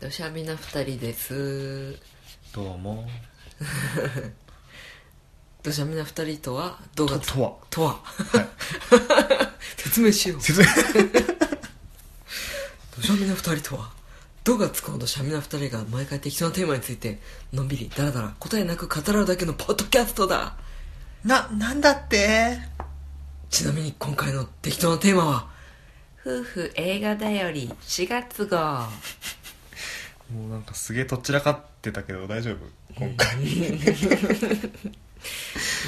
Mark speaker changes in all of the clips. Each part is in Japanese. Speaker 1: どしゃみな二人です
Speaker 2: どうも
Speaker 1: どしゃみな二人とはどうが
Speaker 2: と は
Speaker 1: とは 説明しよう
Speaker 2: 説明
Speaker 1: どしゃみな二人とはどがつくほどしゃみな二人が毎回適当なテーマについてのんびりダラダラ答えなく語らうだけのポッドキャストだ
Speaker 2: な、なんだって
Speaker 1: ちなみに今回の適当なテーマは夫婦映画だより4月号
Speaker 2: もうなんかすげえとっちらかってたけど大丈夫今回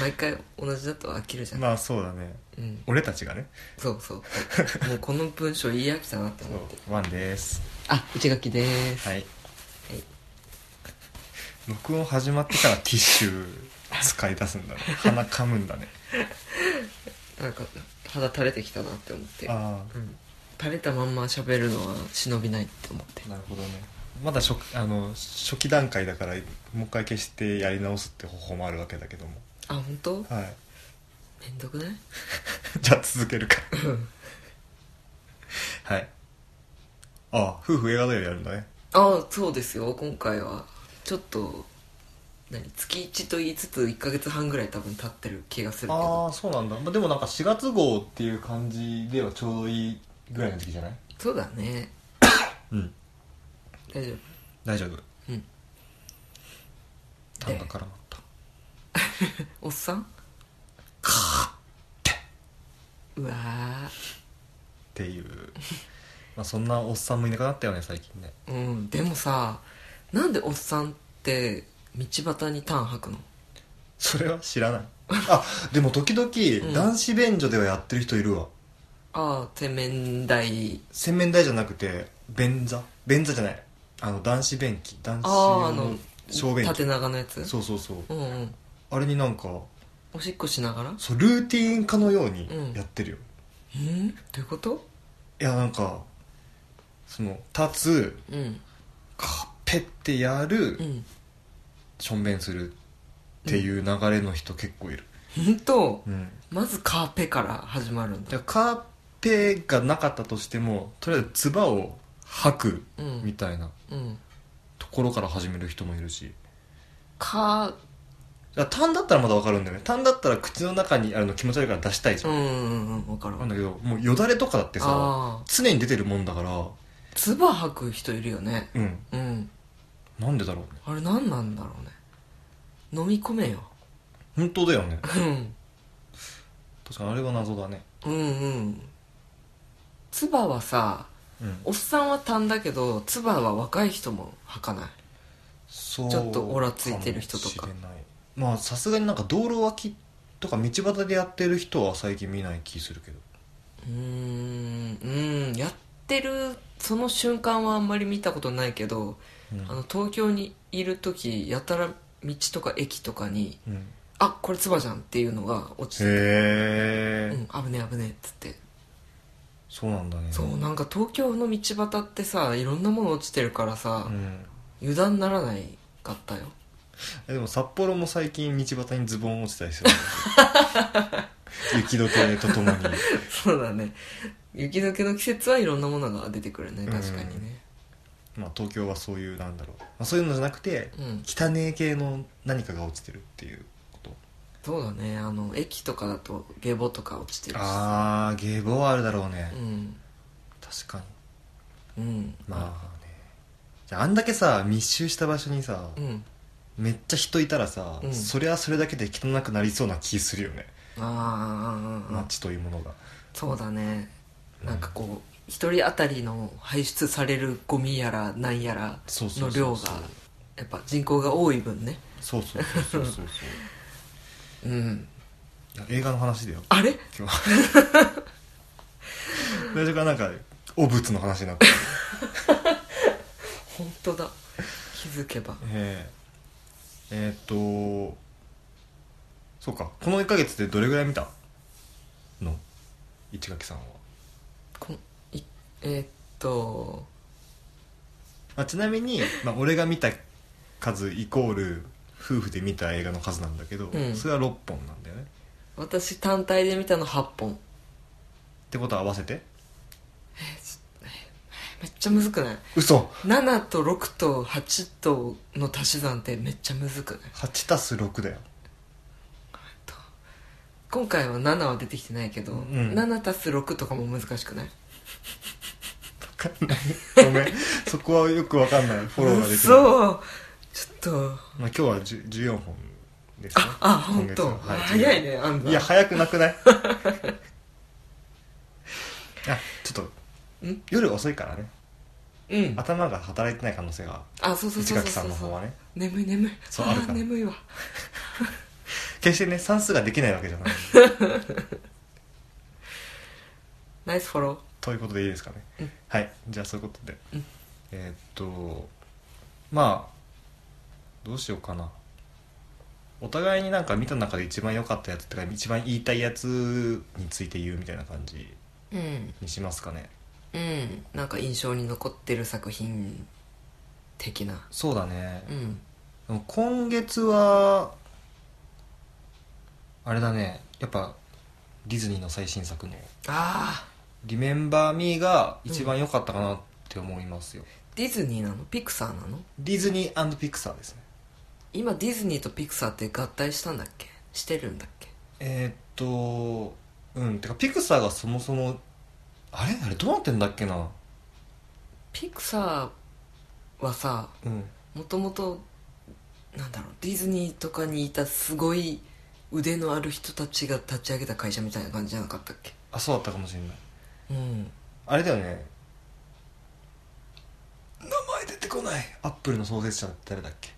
Speaker 1: 毎回同じだと飽きるじゃん、
Speaker 2: まあそうだね
Speaker 1: うん
Speaker 2: 俺たちがね
Speaker 1: そうそうそうもうこの文章言い飽きたなって
Speaker 2: そ
Speaker 1: 思って
Speaker 2: うワンです
Speaker 1: あ内垣です
Speaker 2: はい録音始まってからティッシュ使い出すんだ ね鼻噛むんだね
Speaker 1: なんか肌垂れてきたなって思って
Speaker 2: あ
Speaker 1: うん垂れたまんま喋るのは忍びないって思って
Speaker 2: あなるほどねまだ初あの初期段階だからもう一回消してやり直すって方法もあるわけだけども
Speaker 1: あ本当？め
Speaker 2: はい
Speaker 1: んどくない
Speaker 2: じゃあ続けるかはいああ夫婦映画だよりやるんだね
Speaker 1: あそうですよ今回はちょっと何月1と言いつつ1ヶ月半ぐらい多分経ってる気がするけ
Speaker 2: あ
Speaker 1: ど
Speaker 2: あそうなんだ、まあ、でもなんか4月号っていう感じではちょうどいいぐらいの時期じゃない
Speaker 1: そうだね
Speaker 2: うん
Speaker 1: 大丈
Speaker 2: 大丈夫
Speaker 1: 夫うん
Speaker 2: 単価絡まった、
Speaker 1: おっさんうわ
Speaker 2: っていう まあそんなおっさんもいなくなったよね最近ね
Speaker 1: ーうんでもさなんでおっさんって道端にターン吐くの
Speaker 2: それは知らない あでも時
Speaker 1: うん
Speaker 2: 々男子便所ではやってる人いるわ、
Speaker 1: ああ洗面台
Speaker 2: 洗面台じゃなくて便座便座じゃないあの男子便器男
Speaker 1: あああ
Speaker 2: 子
Speaker 1: の
Speaker 2: の小便
Speaker 1: 縦
Speaker 2: 器
Speaker 1: 長のやつ
Speaker 2: そうそうそ
Speaker 1: う
Speaker 2: う
Speaker 1: んうん
Speaker 2: あれになんか
Speaker 1: おしっこしながら
Speaker 2: そうルーティーン化のように
Speaker 1: うん
Speaker 2: やってるよ、
Speaker 1: うんどういうこと
Speaker 2: いやなんかその立つ
Speaker 1: うん
Speaker 2: カペってやる、
Speaker 1: うん
Speaker 2: しょんべんするっていう流れの人結構いる、
Speaker 1: 本当
Speaker 2: うん、
Speaker 1: まずカーペから始まるんだ
Speaker 2: だからカペがなかったとしてもとりあえず唾を吐く
Speaker 1: うん
Speaker 2: みたいな
Speaker 1: うん
Speaker 2: ところから始める人もいるし
Speaker 1: カ
Speaker 2: だから痰だったらまだわかるんだよね痰だったら口の中にあるの気持ち悪いから出したいじ
Speaker 1: ー
Speaker 2: ゃ、
Speaker 1: うんんうんうん分かる
Speaker 2: な
Speaker 1: わ
Speaker 2: ん
Speaker 1: かる
Speaker 2: だけどもうよだれとかだってさ
Speaker 1: ああ
Speaker 2: 常に出てるもんだから
Speaker 1: 唾吐く人いるよね
Speaker 2: うん
Speaker 1: うん
Speaker 2: なんでだろうね
Speaker 1: あれ何なんだろうね飲み込めよ
Speaker 2: 本当だよね
Speaker 1: うん
Speaker 2: 確かにあれは謎だね
Speaker 1: うんうん唾はさ
Speaker 2: うん
Speaker 1: おっさんは痰だけど唾は若い人も吐かない
Speaker 2: そう
Speaker 1: ちょっとオラついてる人とか
Speaker 2: もしれないまあさすがになんか道路脇とか道端でやってる人は最近見ない気するけど
Speaker 1: うーんうんやってるその瞬間はあんまり見たことないけど、
Speaker 2: うん
Speaker 1: あの東京にいる時やたら道とか駅とかに
Speaker 2: うん
Speaker 1: 「あこれツバじゃん」っていうのが落ちて「
Speaker 2: へえ、
Speaker 1: うん危ねえ危ねえ」っつって、
Speaker 2: そうなんだね
Speaker 1: そうなんか東京の道端ってさいろんなもの落ちてるからさ、
Speaker 2: うん
Speaker 1: 油断ならないかったよ
Speaker 2: えでも札幌も最近道端にズボン落ちたりする 雪解けとともに
Speaker 1: そうだね雪解けの季節はいろんなものが出てくるね確かにね
Speaker 2: まあ東京はそういうなんだろう、まあ、そういうのじゃなくて
Speaker 1: うん、
Speaker 2: 汚え系の何かが落ちてるっていうこと
Speaker 1: そうだねあの駅とかだと下ボとか落ちてるし
Speaker 2: ああゲボはあるだろうね、
Speaker 1: うん
Speaker 2: 確かに
Speaker 1: うん
Speaker 2: まあねじゃああんだけさ密集した場所にさ、
Speaker 1: うん
Speaker 2: めっちゃ人いたらさ、
Speaker 1: うん
Speaker 2: それはそれだけで汚くなりそうな気するよね、
Speaker 1: ああ、
Speaker 2: 街というものが
Speaker 1: そうだね
Speaker 2: うん
Speaker 1: なんかこう一人当たりの排出されるゴミやらなんやら
Speaker 2: そうそ
Speaker 1: の
Speaker 2: うそ
Speaker 1: 量
Speaker 2: う
Speaker 1: が
Speaker 2: そう
Speaker 1: やっぱ人口が多い分ね
Speaker 2: そうそうそうそうそうそ
Speaker 1: う
Speaker 2: う
Speaker 1: ん
Speaker 2: いや映画の話だよ
Speaker 1: あれ
Speaker 2: 今日は最初からなんか汚物の話になって
Speaker 1: 本当だ気づけば
Speaker 2: えー、えーっとそうかこの1ヶ月でどれぐらい見たの市垣さんは、
Speaker 1: こんいえーっと
Speaker 2: まあ、ちなみに、まあ、俺が見た数イコール夫婦で見た映画の数なんだけど、
Speaker 1: うん
Speaker 2: それは6本なんだよね
Speaker 1: 私単体で見たの8本
Speaker 2: ってことは合わせて
Speaker 1: めっちゃむずくない
Speaker 2: 嘘
Speaker 1: ?7 と6と8との足し算ってめっちゃむずくない
Speaker 2: 8たす6だよ
Speaker 1: 今回は7は出てきてないけど、
Speaker 2: ん
Speaker 1: 7たす6とかも難しくない
Speaker 2: わかんないごめんそこはよくわかんないフォローができない、まあ、
Speaker 1: そうちょっと
Speaker 2: 今日は10 14本ですね
Speaker 1: あ本当、
Speaker 2: 今月はは
Speaker 1: 早いねアンダ
Speaker 2: いや早くな くないあちょっと
Speaker 1: ん
Speaker 2: 夜遅いからね
Speaker 1: うん
Speaker 2: 頭が働いてない可能性が
Speaker 1: あそうそうそ
Speaker 2: 内
Speaker 1: うそう
Speaker 2: 垣
Speaker 1: そ
Speaker 2: さ
Speaker 1: うん
Speaker 2: の方はね
Speaker 1: 眠い眠い
Speaker 2: そう
Speaker 1: あ
Speaker 2: あ
Speaker 1: ー
Speaker 2: るから
Speaker 1: 眠いわ
Speaker 2: 決してね算数ができないわけじゃない
Speaker 1: ナイスフォロー
Speaker 2: ということでいいですかね、
Speaker 1: うん
Speaker 2: はいじゃあそういうことで、
Speaker 1: うん
Speaker 2: えーっとまあどうしようかなお互いになんか見た中で一番良かったやつとか一番言いたいやつについて言うみたいな感じ
Speaker 1: うん
Speaker 2: にしますかね
Speaker 1: うんなんか印象に残ってる作品的な
Speaker 2: そうだね
Speaker 1: うん
Speaker 2: でも今月はあれだねやっぱディズニーの最新作の
Speaker 1: ああ
Speaker 2: 「リメンバー・ミー」が一番良かったかなって思いますよ、
Speaker 1: ディズニーなのピクサーなの
Speaker 2: ディズニーピクサーですね
Speaker 1: 今ディズニーとピクサーって合体したんだっけしてるんだっけ
Speaker 2: えーっとうんてかピクサーがそもそもあれあれどうなってんだっけな
Speaker 1: ピクサーはさ
Speaker 2: うん
Speaker 1: もともとなんだろうディズニーとかにいたすごい腕のある人たちが立ち上げた会社みたいな感じじゃなかったっけ
Speaker 2: あそうだったかもしれない
Speaker 1: うん
Speaker 2: あれだよね名前出てこないアップルの創設者って誰だっけ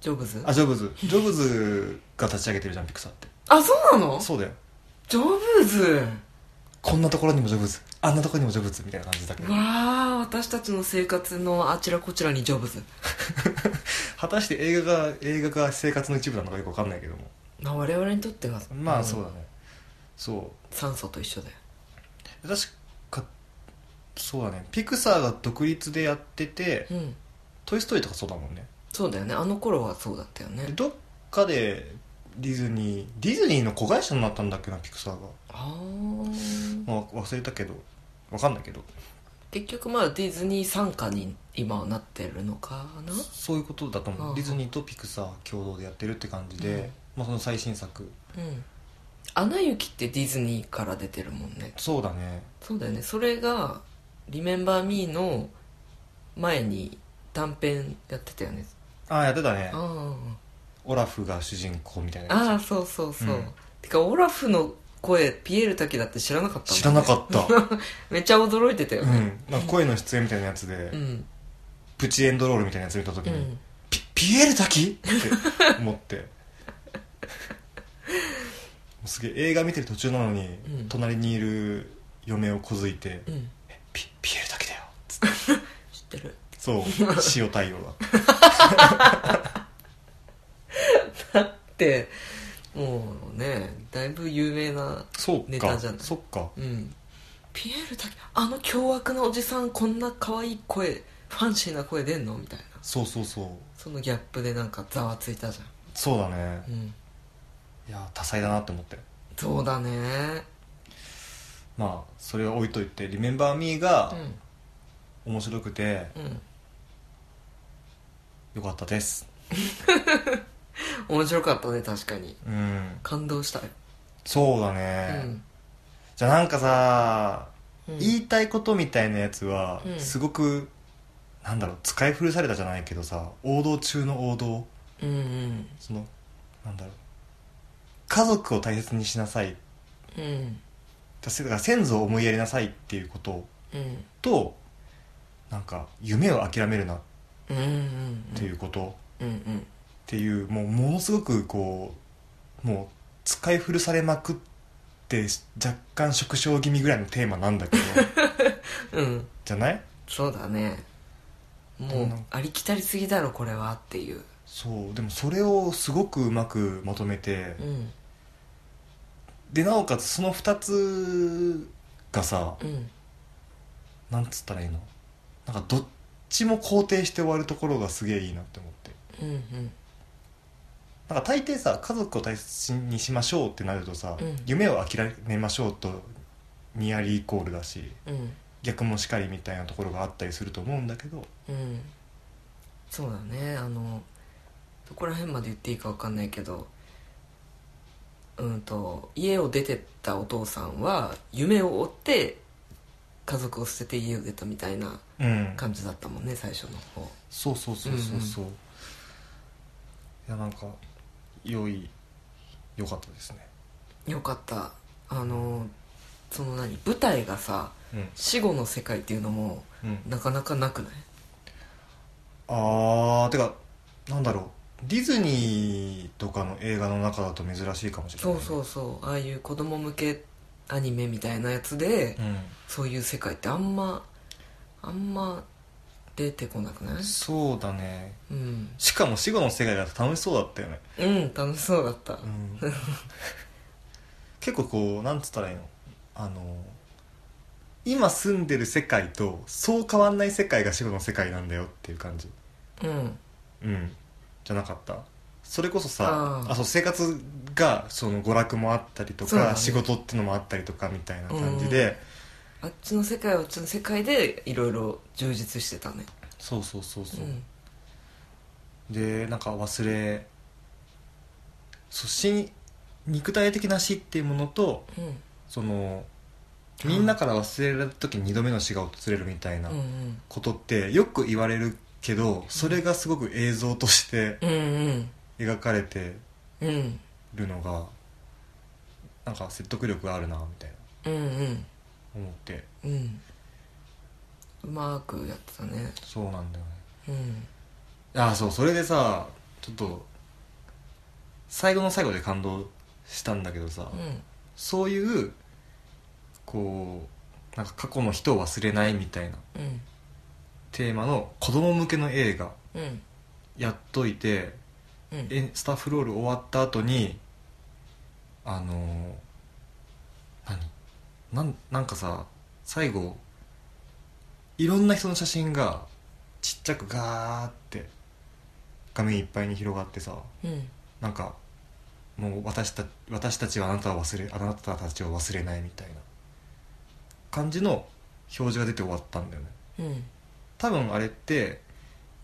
Speaker 1: ジョブズ
Speaker 2: あジョブズジョブズが立ち上げてるじゃんピクサーって
Speaker 1: あそうなの
Speaker 2: そうだよ
Speaker 1: ジョブズ
Speaker 2: こんなところにもジョブズあんなところにもジョブズみたいな感じだけど
Speaker 1: わあ私たちの生活のあちらこちらにジョブズ
Speaker 2: 果たして映画が映画が生活の一部なのかよくわかんないけども
Speaker 1: まあ我々にとっては
Speaker 2: まあそうだ
Speaker 1: ん
Speaker 2: ね、そ
Speaker 1: 酸素と一緒だよ
Speaker 2: う確かそうだねピクサーが独立でやってて
Speaker 1: うん
Speaker 2: 「トイ・ストーリー」とかそうだもんね
Speaker 1: そうだよねあの頃はそうだったよ
Speaker 2: で
Speaker 1: ね
Speaker 2: どっかでディズニーディズニーの子会社になったんだっけなピクサーが、
Speaker 1: ああ
Speaker 2: まあ、忘れたけどわかんないけど
Speaker 1: 結局まあディズニー傘下に今はなってるのかな
Speaker 2: そういうことだと思
Speaker 1: ああ
Speaker 2: うディズニーとピクサー共同でやってるって感じで、
Speaker 1: うん
Speaker 2: まあ、その最新作
Speaker 1: うん「アナ雪」ってディズニーから出てるもんね
Speaker 2: そうだね
Speaker 1: そうだよねそれが「リメンバー・ミー」の前に短編やってたよね
Speaker 2: ああやってたね
Speaker 1: あ
Speaker 2: オラフが主人公みたい
Speaker 1: あ
Speaker 2: な
Speaker 1: ああ
Speaker 2: や
Speaker 1: そうそうそう、
Speaker 2: うん
Speaker 1: てかオラフの声ピエール滝だって知らなかっ
Speaker 2: つ
Speaker 1: たもんね、
Speaker 2: 知らなかった、
Speaker 1: めっちゃ驚いて たよ
Speaker 2: う
Speaker 1: ね
Speaker 2: ん、なんか声の出演みたいなやつで、
Speaker 1: うん
Speaker 2: プチエンドロールみたいなやつ見た時
Speaker 1: う
Speaker 2: に、
Speaker 1: ん
Speaker 2: ピピエール滝って思って もうすげえ映画見てる途中なのに、
Speaker 1: うん
Speaker 2: 隣にいる嫁をこづいて
Speaker 1: うん
Speaker 2: 「ピピエール滝だよ」つって
Speaker 1: 知ってる
Speaker 2: そう 塩対応が
Speaker 1: でもうねだいぶ有名な
Speaker 2: そう
Speaker 1: ネタ
Speaker 2: か
Speaker 1: じゃない
Speaker 2: そっか
Speaker 1: うんピエール滝あの凶悪なおじさんこんな可愛い声ファンシーな声出んのみたいな
Speaker 2: そうそうそう
Speaker 1: そのギャップでなんかざわついたじゃ
Speaker 2: そうだ
Speaker 1: ん、
Speaker 2: ね
Speaker 1: うん、
Speaker 2: いや多彩だなって思って
Speaker 1: そうだね
Speaker 2: まあそれは置いといて「リメンバー・ミー」が
Speaker 1: う
Speaker 2: 面白くて
Speaker 1: んうん
Speaker 2: よかったです
Speaker 1: 面白かったね確かに
Speaker 2: うん
Speaker 1: 感動したよ、
Speaker 2: そうだね、じゃあなんかさ、
Speaker 1: うん、うん、
Speaker 2: 言いたいことみたいなやつは
Speaker 1: うん
Speaker 2: すごく、なんだろう使い古されたじゃないけどさ王道中の王道
Speaker 1: うんうん
Speaker 2: そのなんだろう家族を大切にしなさい
Speaker 1: うん
Speaker 2: だせだから先祖を思いやりなさいっていうこと
Speaker 1: うん
Speaker 2: となんか夢を諦めるなっ
Speaker 1: うんうん
Speaker 2: ていうこと、
Speaker 1: う
Speaker 2: っ
Speaker 1: んうん
Speaker 2: ていうもうものすごくこうもう使い古されまくって若干縮小気味ぐらいのテーマなんだけ ど
Speaker 1: うん
Speaker 2: じゃない
Speaker 1: そうだねも
Speaker 2: どん
Speaker 1: う
Speaker 2: な
Speaker 1: ありきたりすぎだろこれはっていう
Speaker 2: そうでもそれをすごくうまくまとめて、
Speaker 1: うん
Speaker 2: でなおかつその2つがさ
Speaker 1: うん
Speaker 2: なんつったらいいのなんかどっちも肯定して終わるところがすげえいいなって思って
Speaker 1: うんうん
Speaker 2: なんか大抵さ家族を大切にしましょうってなるとさ、
Speaker 1: うん
Speaker 2: 夢を諦めましょうとニアリーイコールだし
Speaker 1: うん
Speaker 2: 逆もしかりみたいなところがあったりすると思うんだけど
Speaker 1: うんそうだねあのどこら辺まで言っていいか分かんないけどうんと家を出てったお父さんは夢を追って家族を捨てて家を出たみたいな
Speaker 2: うん
Speaker 1: 感じだったもんね最初の方
Speaker 2: そうそうそうそうそう、いやなんか良い良かったですね
Speaker 1: よかったあのその何舞台がさ死後の世界っていうのも
Speaker 2: うん、うん、
Speaker 1: なかなかなくない
Speaker 2: あーてかなんだろうディズニーとかの映画の中だと珍しいかもしれ
Speaker 1: そ
Speaker 2: ないうね
Speaker 1: そうそうああいう子供向けアニメみたいなやつで、
Speaker 2: う
Speaker 1: そういう世界ってあんまあんま出てこなくない
Speaker 2: ん、そうだね
Speaker 1: うん、
Speaker 2: しかも死後の世界だと楽しそうだったよね、
Speaker 1: うん、楽しそうだった、
Speaker 2: うん、結構こうなんつったらいいのあの今住んでる世界とそう変わんない世界が死後の世界なんだよっていう感じ
Speaker 1: うん
Speaker 2: うんじゃなかったそれこそさ
Speaker 1: あー
Speaker 2: あそう生活がその娯楽もあったりと
Speaker 1: そうだ
Speaker 2: か、
Speaker 1: ね
Speaker 2: 仕事ってのもあったりとかみたいな感じで、
Speaker 1: あっちの世界はあっちの世界でいろいろ充実してたね
Speaker 2: そうそうそうそうう、
Speaker 1: ん
Speaker 2: でなんか忘れそう死肉体的な死っていうものと
Speaker 1: うん
Speaker 2: そのみんなから忘れられた時に2度目の死が訪れるみたいな
Speaker 1: うんうん
Speaker 2: ことってよく言われるけどそれがすごく映像として
Speaker 1: うんうん
Speaker 2: 描かれて
Speaker 1: うん
Speaker 2: るのがなんか説得力があるなみたいな
Speaker 1: うん
Speaker 2: 思って
Speaker 1: うんうんうまくやってたね
Speaker 2: そうなんだよね
Speaker 1: うん
Speaker 2: ああそうそれでさちょっと最後の最後で感動したんだけどさ、
Speaker 1: うん
Speaker 2: そういうこうなんか過去の人を忘れないみたいな
Speaker 1: うん
Speaker 2: テーマの子供向けの映画
Speaker 1: うん
Speaker 2: やっといて
Speaker 1: うん
Speaker 2: えスタッフロール終わった後にあのー何なんなんかさ最後いろんな人の写真がちっちゃくガーって画面いっぱいに広がってさ
Speaker 1: うん
Speaker 2: なんかもう私た私たちはあなたを忘れあなたたちを忘れないみたいな感じの表示が出て終わったんだよね
Speaker 1: うん
Speaker 2: 多分あれって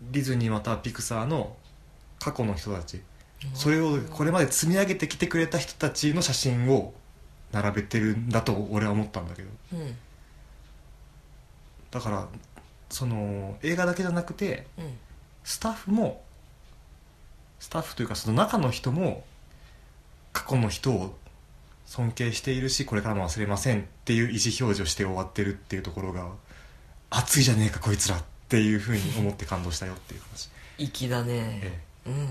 Speaker 2: ディズニーまたはピクサーの過去の人たちそれをこれまで積み上げてきてくれた人たちの写真を並べてるんだと俺は思ったんだけど
Speaker 1: うん
Speaker 2: だからその映画だけじゃなくて
Speaker 1: うん
Speaker 2: スタッフもスタッフというかその中の人も過去の人を尊敬しているしこれからも忘れませんっていう意思表示をして終わってるっていうところが熱いじゃねえかこいつらっていうふうに思って感動したよっていう話
Speaker 1: 粋だね、
Speaker 2: え
Speaker 1: う
Speaker 2: え
Speaker 1: ん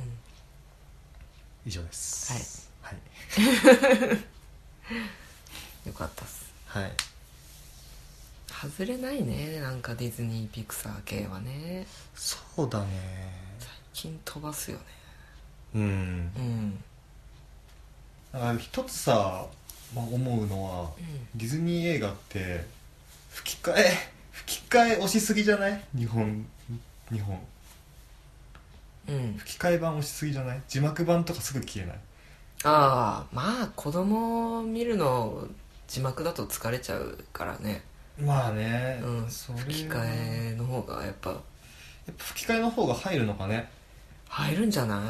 Speaker 2: 以上ですはい
Speaker 1: よかったっす
Speaker 2: はい
Speaker 1: 外れないねなんかディズニーピクサー系はね
Speaker 2: そうだね
Speaker 1: 最近飛ばすよね
Speaker 2: うん
Speaker 1: うん
Speaker 2: なんか一つさ、まあ、思うのはディズニー映画って吹き替え吹き替え押しすぎじゃない日本日本
Speaker 1: うん、うん、
Speaker 2: 吹き替え版押しすぎじゃない字幕版とかすぐ消えない
Speaker 1: ああまあ子供見るの字幕だと疲れちゃうからね、
Speaker 2: まあね
Speaker 1: うん、
Speaker 2: それは
Speaker 1: 吹き替えの方がやっぱ
Speaker 2: やっぱ吹き替えの方が入るのかね
Speaker 1: 入るんじゃな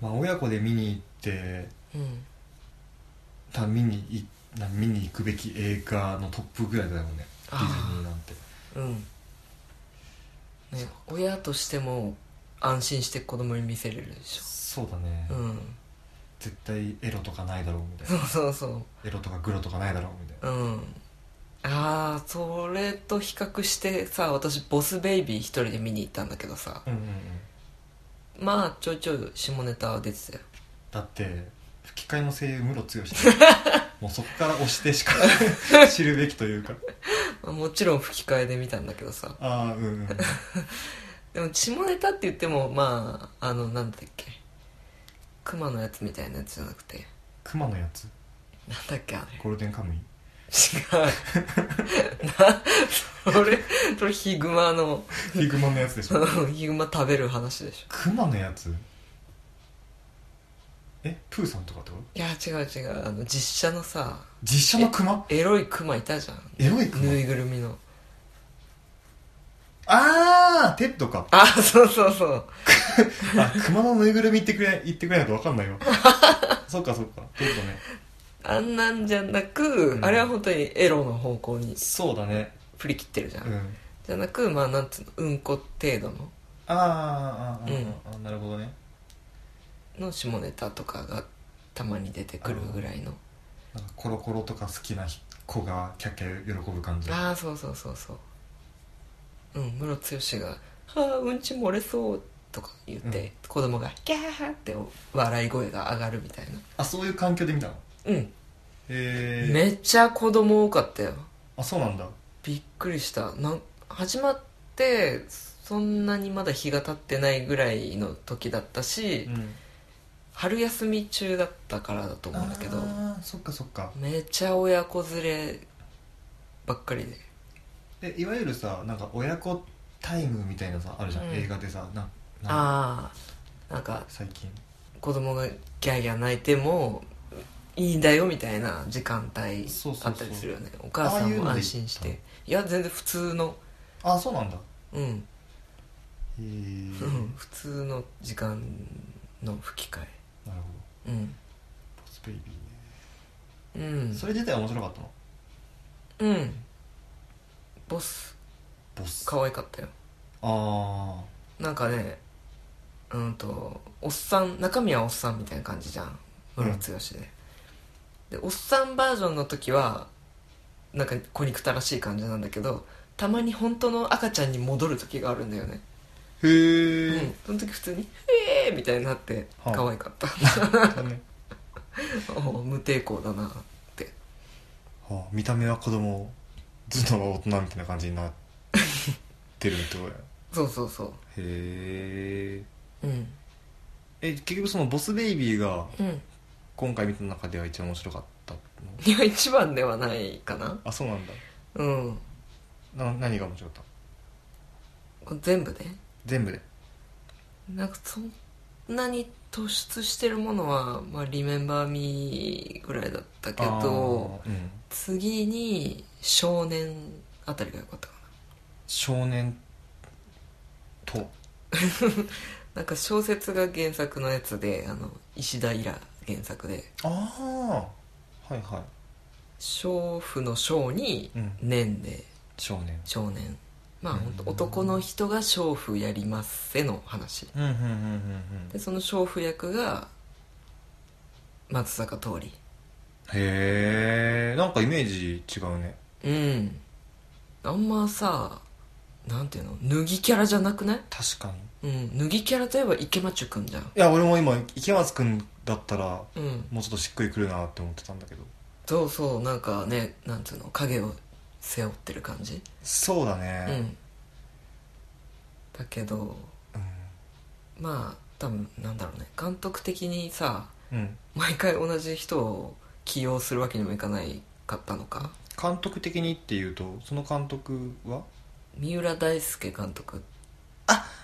Speaker 2: まあ親子で見に行って
Speaker 1: いうん
Speaker 2: た見にいな見に行くべき映画のトップぐらいだよねディ
Speaker 1: あ
Speaker 2: ズ
Speaker 1: ー
Speaker 2: ニーなんて
Speaker 1: うん、ね、親としても安心して子供に見せれるでし
Speaker 2: そうだね、
Speaker 1: ょうん
Speaker 2: 絶対エロとかないだろうみたい
Speaker 1: そう
Speaker 2: な
Speaker 1: そうそう
Speaker 2: エロとかグロとかないだろうみたいな
Speaker 1: うんああそれと比較してさ私ボスベイビー一人で見に行ったんだけどさ
Speaker 2: うんうんうん、
Speaker 1: まあちょいちょい下ネタは出てたよ
Speaker 2: だって吹き替えの声優ムロ ツヨシもうそこから押してしか知るべきというか
Speaker 1: まあもちろん吹き替えで見たんだけどさ
Speaker 2: ああうんうん
Speaker 1: でも下ネタって言ってもまああのなんだっけ熊のやつみたいなやつじゃなくて
Speaker 2: 熊のやつ
Speaker 1: なんだっけあれ
Speaker 2: ゴールデンカムイ
Speaker 1: 違うなそれそれヒグマの
Speaker 2: ヒグマのやつ でしょ
Speaker 1: ヒグマ食べる話でしょ
Speaker 2: 熊のやつえプーさんとかってこ
Speaker 1: い
Speaker 2: と
Speaker 1: や違う違うあの実写のさ
Speaker 2: 実写のクマ
Speaker 1: エロいクマいたじゃん
Speaker 2: エロいクマ
Speaker 1: ぬいぐるみの
Speaker 2: あーテッドか
Speaker 1: あそうそうそう
Speaker 2: あクマのぬいぐるみ言ってくれ言ってくれないと分かんな いよそっかそっかテッドね
Speaker 1: あんなんじゃなく、
Speaker 2: うん
Speaker 1: あれは本当にエロの方向に
Speaker 2: そうだね
Speaker 1: 振り切ってるじゃん、
Speaker 2: うん
Speaker 1: じゃなくまあなんつうのうんこ程度の
Speaker 2: あーあーあー、あーなるほどね
Speaker 1: の下ネタとかがたまに出てくるぐらいの
Speaker 2: なんかコロコロとか好きな子がキャッキャ喜ぶ感じ
Speaker 1: ああーそうそうそうそううんムロツヨシが「ああうんち漏れそう」とか言って、
Speaker 2: うん
Speaker 1: 子供が「ギャー!」って笑い声が上がるみたいな
Speaker 2: あそういう環境で見たの
Speaker 1: うん、
Speaker 2: へえ
Speaker 1: めっちゃ子供多かったよ
Speaker 2: あそうなんだ
Speaker 1: びっくりしたなん始まってそんなにまだ日が経ってないぐらいの時だったし、
Speaker 2: ん
Speaker 1: 春休み中だったからだと思うんだけど
Speaker 2: あーそっかそっか
Speaker 1: めちゃ親子連ればっかりで
Speaker 2: えいわゆるさなんか親子タイムみたいなさあるじゃん、
Speaker 1: うん
Speaker 2: 映画でさなな
Speaker 1: ああなんか
Speaker 2: 最近
Speaker 1: 子供がギャーギャー泣いてもいいんだよみたいな時間帯
Speaker 2: そうそうそう
Speaker 1: あったりするよねお母さんも安心して
Speaker 2: ああいうので行
Speaker 1: いや全然普通の
Speaker 2: あそうなんだへ
Speaker 1: うん、
Speaker 2: え
Speaker 1: うん、普通の時間の吹き替
Speaker 2: なるほ
Speaker 1: え
Speaker 2: ど
Speaker 1: うん
Speaker 2: ボスベイビーね、
Speaker 1: うん
Speaker 2: それ自体は面白かったの
Speaker 1: うんボス
Speaker 2: ボス
Speaker 1: 可愛かったよ
Speaker 2: あ
Speaker 1: なんかねうんとおっさん中身はおっさんみたいな感じじゃん
Speaker 2: うん
Speaker 1: ムロツヨシで、でおっさんバージョンの時はなんか子憎たらしい感じなんだけどたまに本当の赤ちゃんに戻る時があるんだよね、う
Speaker 2: ーへえ
Speaker 1: ん、その時普通に「へえ!」みたいになって
Speaker 2: はあ
Speaker 1: 可愛かった、 おう無抵抗だなって
Speaker 2: はあ、見た目は子供頭脳は大人みたいな感じになってるってことやへ
Speaker 1: そうそうそ
Speaker 2: え
Speaker 1: ううん
Speaker 2: え結局そのボスベイビーが
Speaker 1: うん
Speaker 2: 今回見た中では一番面白かったの
Speaker 1: いや一番ではないかな
Speaker 2: あそうなんだ
Speaker 1: うん
Speaker 2: な何が面白かった
Speaker 1: これ全部で、
Speaker 2: 全部で
Speaker 1: なんかそんなに突出してるものは「まあ、リメンバー・ミー」ぐらいだったけど
Speaker 2: あーうん、
Speaker 1: 次に「少年」あたりが良かったかな
Speaker 2: 少年と
Speaker 1: なんか小説が原作のやつであの石田イラ原作で
Speaker 2: ああはいは
Speaker 1: 娼婦の娼に
Speaker 2: い、うん、
Speaker 1: 年で
Speaker 2: 少年
Speaker 1: 少年まあ
Speaker 2: うん
Speaker 1: 本当男の人が娼婦やりますせの話
Speaker 2: うんうんうんうんうん
Speaker 1: でその娼婦役が松坂桃李
Speaker 2: へえんかイメージ違うね
Speaker 1: うんあんまさなんていうの脱ぎキャラじゃなくない
Speaker 2: 確かに
Speaker 1: うん脱ぎキャラといえば池松くんじゃん
Speaker 2: いや俺も今池松君だったら
Speaker 1: うん
Speaker 2: もうちょっとしっくりくるなって思ってたんだけど
Speaker 1: そうそうなんかねなんつうの影を背負ってる感じ
Speaker 2: そうだ
Speaker 1: う
Speaker 2: ね
Speaker 1: んだけど
Speaker 2: う
Speaker 1: まあ多分なんだろうね監督的にさ
Speaker 2: ん、うん、
Speaker 1: 毎回同じ人を起用するわけにもいかないかったのか
Speaker 2: 監督的にっていうとその監督は
Speaker 1: 三浦大輔監督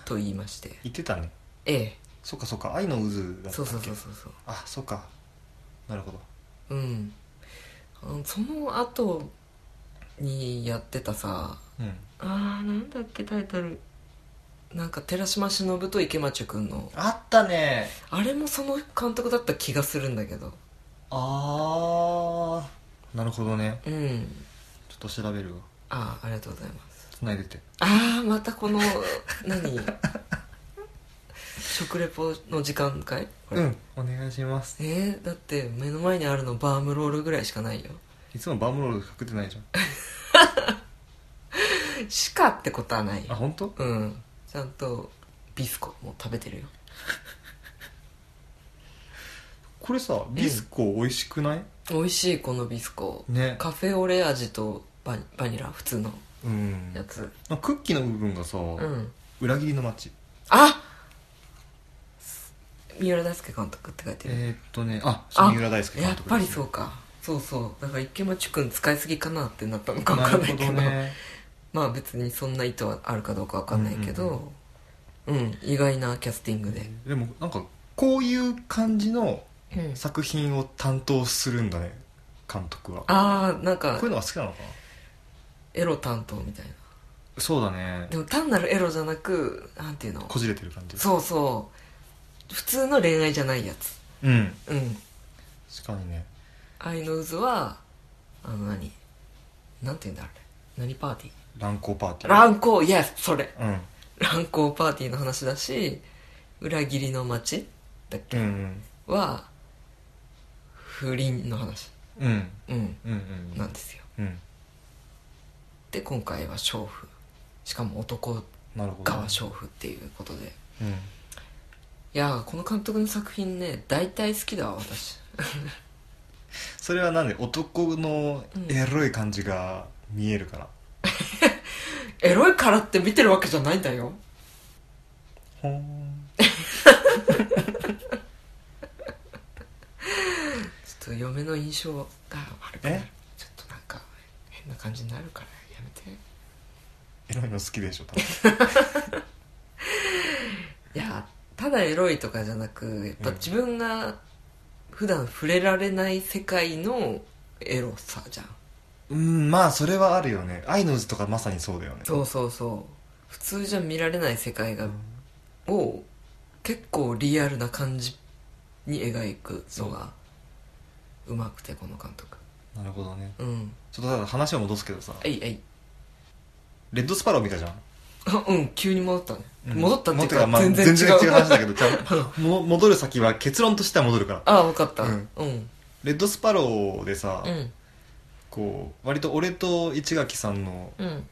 Speaker 1: と言いまして
Speaker 2: 言ってたね
Speaker 1: え
Speaker 2: そっかそっか愛の渦だったっ
Speaker 1: え
Speaker 2: け
Speaker 1: そうそうそうそうそう
Speaker 2: あそっかなるほど
Speaker 1: うんあのその後にやってたさ
Speaker 2: うん
Speaker 1: あーなんだっけタイトルなんか寺島しのぶと池町くんの
Speaker 2: あったね
Speaker 1: あれもその監督だった気がするんだけど
Speaker 2: ああなるほどね
Speaker 1: うん
Speaker 2: ちょっと調べるわ
Speaker 1: ああありがとうございます
Speaker 2: 繋いでて
Speaker 1: ああまた この何食レポの時間かいこれ、
Speaker 2: うんお願いします
Speaker 1: えー、だって目の前にあるのバームロールぐらいしかないよ
Speaker 2: いつもバームロール隠れてないじゃ
Speaker 1: しかってことはない
Speaker 2: んあ
Speaker 1: よ
Speaker 2: 本当？
Speaker 1: うんちゃんとビスコも食べてるよ
Speaker 2: これさビスコ美味しくない、
Speaker 1: 美味しいこのビスコ
Speaker 2: ね
Speaker 1: カフェオレ味とバニバニラ普通の
Speaker 2: うん
Speaker 1: やつ
Speaker 2: なんかクッキーの部分がさ、
Speaker 1: うん
Speaker 2: 裏切りの街
Speaker 1: あ三浦大輔監督って書いてる、
Speaker 2: えー、っとねあ
Speaker 1: あ
Speaker 2: 三浦大輔監督
Speaker 1: やっぱりそううかそうそうだから池町くん使いすぎかなってなったのか分
Speaker 2: な
Speaker 1: か
Speaker 2: る
Speaker 1: んない
Speaker 2: ほ
Speaker 1: けど
Speaker 2: どね
Speaker 1: まあ別にそんな意図はあるかどうか分かんないけどうん、意外なキャスティングで
Speaker 2: でもなんかこういう感じの
Speaker 1: うん
Speaker 2: 作品を担当するんだね監督はこ
Speaker 1: ああなんか
Speaker 2: ういうのが好きなのかな
Speaker 1: エロ担当みたいな
Speaker 2: そうだね
Speaker 1: でも単なるエロじゃなくなんていうの
Speaker 2: こじれてる感じ
Speaker 1: そうそう普通の恋愛じゃないやつ
Speaker 2: うん
Speaker 1: うん
Speaker 2: 確かにね
Speaker 1: 愛の渦はあの何なんていうんだあれ何パーティー
Speaker 2: 乱行パーティー
Speaker 1: 乱行イエスそれ
Speaker 2: うん
Speaker 1: 乱行パーティーの話だし裏切りの街だっけ
Speaker 2: うん
Speaker 1: は不倫の話
Speaker 2: うんうん
Speaker 1: うん
Speaker 2: うん
Speaker 1: なんですよ
Speaker 2: うんうん
Speaker 1: で今回は娼婦しかも男
Speaker 2: なるほど
Speaker 1: 側
Speaker 2: ね
Speaker 1: 娼婦っていうことで
Speaker 2: うん
Speaker 1: いやーこの監督の作品ね大体好きだわ私
Speaker 2: それはなんで男のエロい感じが見えるから、
Speaker 1: エロいからって見てるわけじゃないんだよ
Speaker 2: ほーん
Speaker 1: ちょっと嫁の印象が悪くなる
Speaker 2: え
Speaker 1: ちょっとなんか変な感じになるからやめて
Speaker 2: エロいの好きでしょ多分
Speaker 1: いやただエロいとかじゃなくやっぱ
Speaker 2: うん
Speaker 1: 自分が普段触れられない世界のエロさじゃん
Speaker 2: うんまあそれはあるよね愛の渦とかまさにそうだよね
Speaker 1: そうそうそう普通じゃ見られない世界が、を結構リアルな感じに描くのがうまくてこの監督
Speaker 2: なるほどね
Speaker 1: うん
Speaker 2: ちょっとただ話を戻すけどさ
Speaker 1: えいえい
Speaker 2: レッドスパロー見たじゃん、
Speaker 1: あうん急に戻ったね、
Speaker 2: うん
Speaker 1: 戻ったっていうか、
Speaker 2: まあ
Speaker 1: 全然違う
Speaker 2: 全然違う話だけどじゃ あも戻る先は結論としては戻るから
Speaker 1: ああ分かったう
Speaker 2: うんん
Speaker 1: うん
Speaker 2: レッドスパローでさ、
Speaker 1: うん
Speaker 2: こう割と俺と市垣さんの、
Speaker 1: うん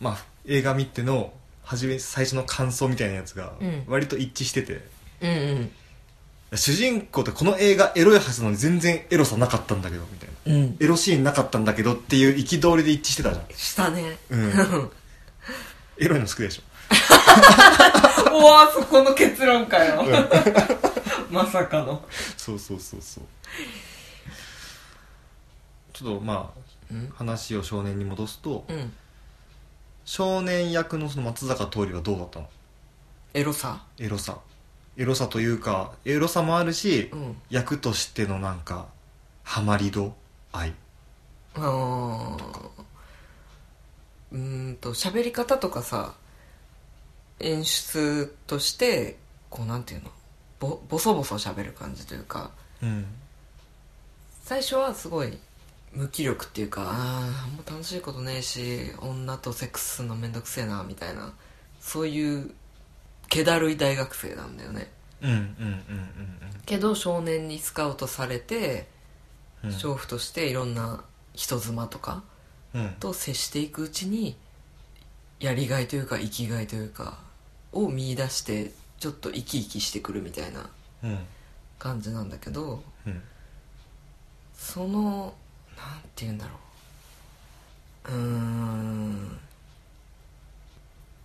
Speaker 2: まあ、映画見ての初め最初の感想みたいなやつが
Speaker 1: うん
Speaker 2: 割と一致してて、
Speaker 1: うん
Speaker 2: 主人公ってこの映画エロいはずなのに全然エロさなかったんだけどみたいな
Speaker 1: うん
Speaker 2: エロシーンなかったんだけどっていう憤りで一致してたじゃん
Speaker 1: したね
Speaker 2: うん
Speaker 1: うん
Speaker 2: エロいの好きで しょ
Speaker 1: うわそこの結論かよ、まさかの
Speaker 2: そうそうそうそうちょっとまあ
Speaker 1: うん
Speaker 2: 話を少年に戻すと、
Speaker 1: うん
Speaker 2: 少年役のその松坂桃李はどうだったの
Speaker 1: エロさ
Speaker 2: エロさエロさというかエロさもあるし、
Speaker 1: うん
Speaker 2: 役としてのなんかハマり度愛
Speaker 1: あーうーんと喋り方とかさ演出としてこうなんていうのぼボソボソ喋る感じというか
Speaker 2: うん
Speaker 1: 最初はすごい無気力っていうかあーもう楽しいことねえし女とセックスするのめんどくせえなみたいなそういう気だるい大学生なんだよね
Speaker 2: うんうんうん
Speaker 1: けど少年にスカウトされて
Speaker 2: うんうん
Speaker 1: 娼婦としていろんな人妻とか
Speaker 2: うん
Speaker 1: と接していくうちにやりがいというか生きがいというかを見出してちょっと生き生きしてくるみたいな
Speaker 2: うん
Speaker 1: 感じなんだけど
Speaker 2: うん
Speaker 1: そのなんて言うんだろううーん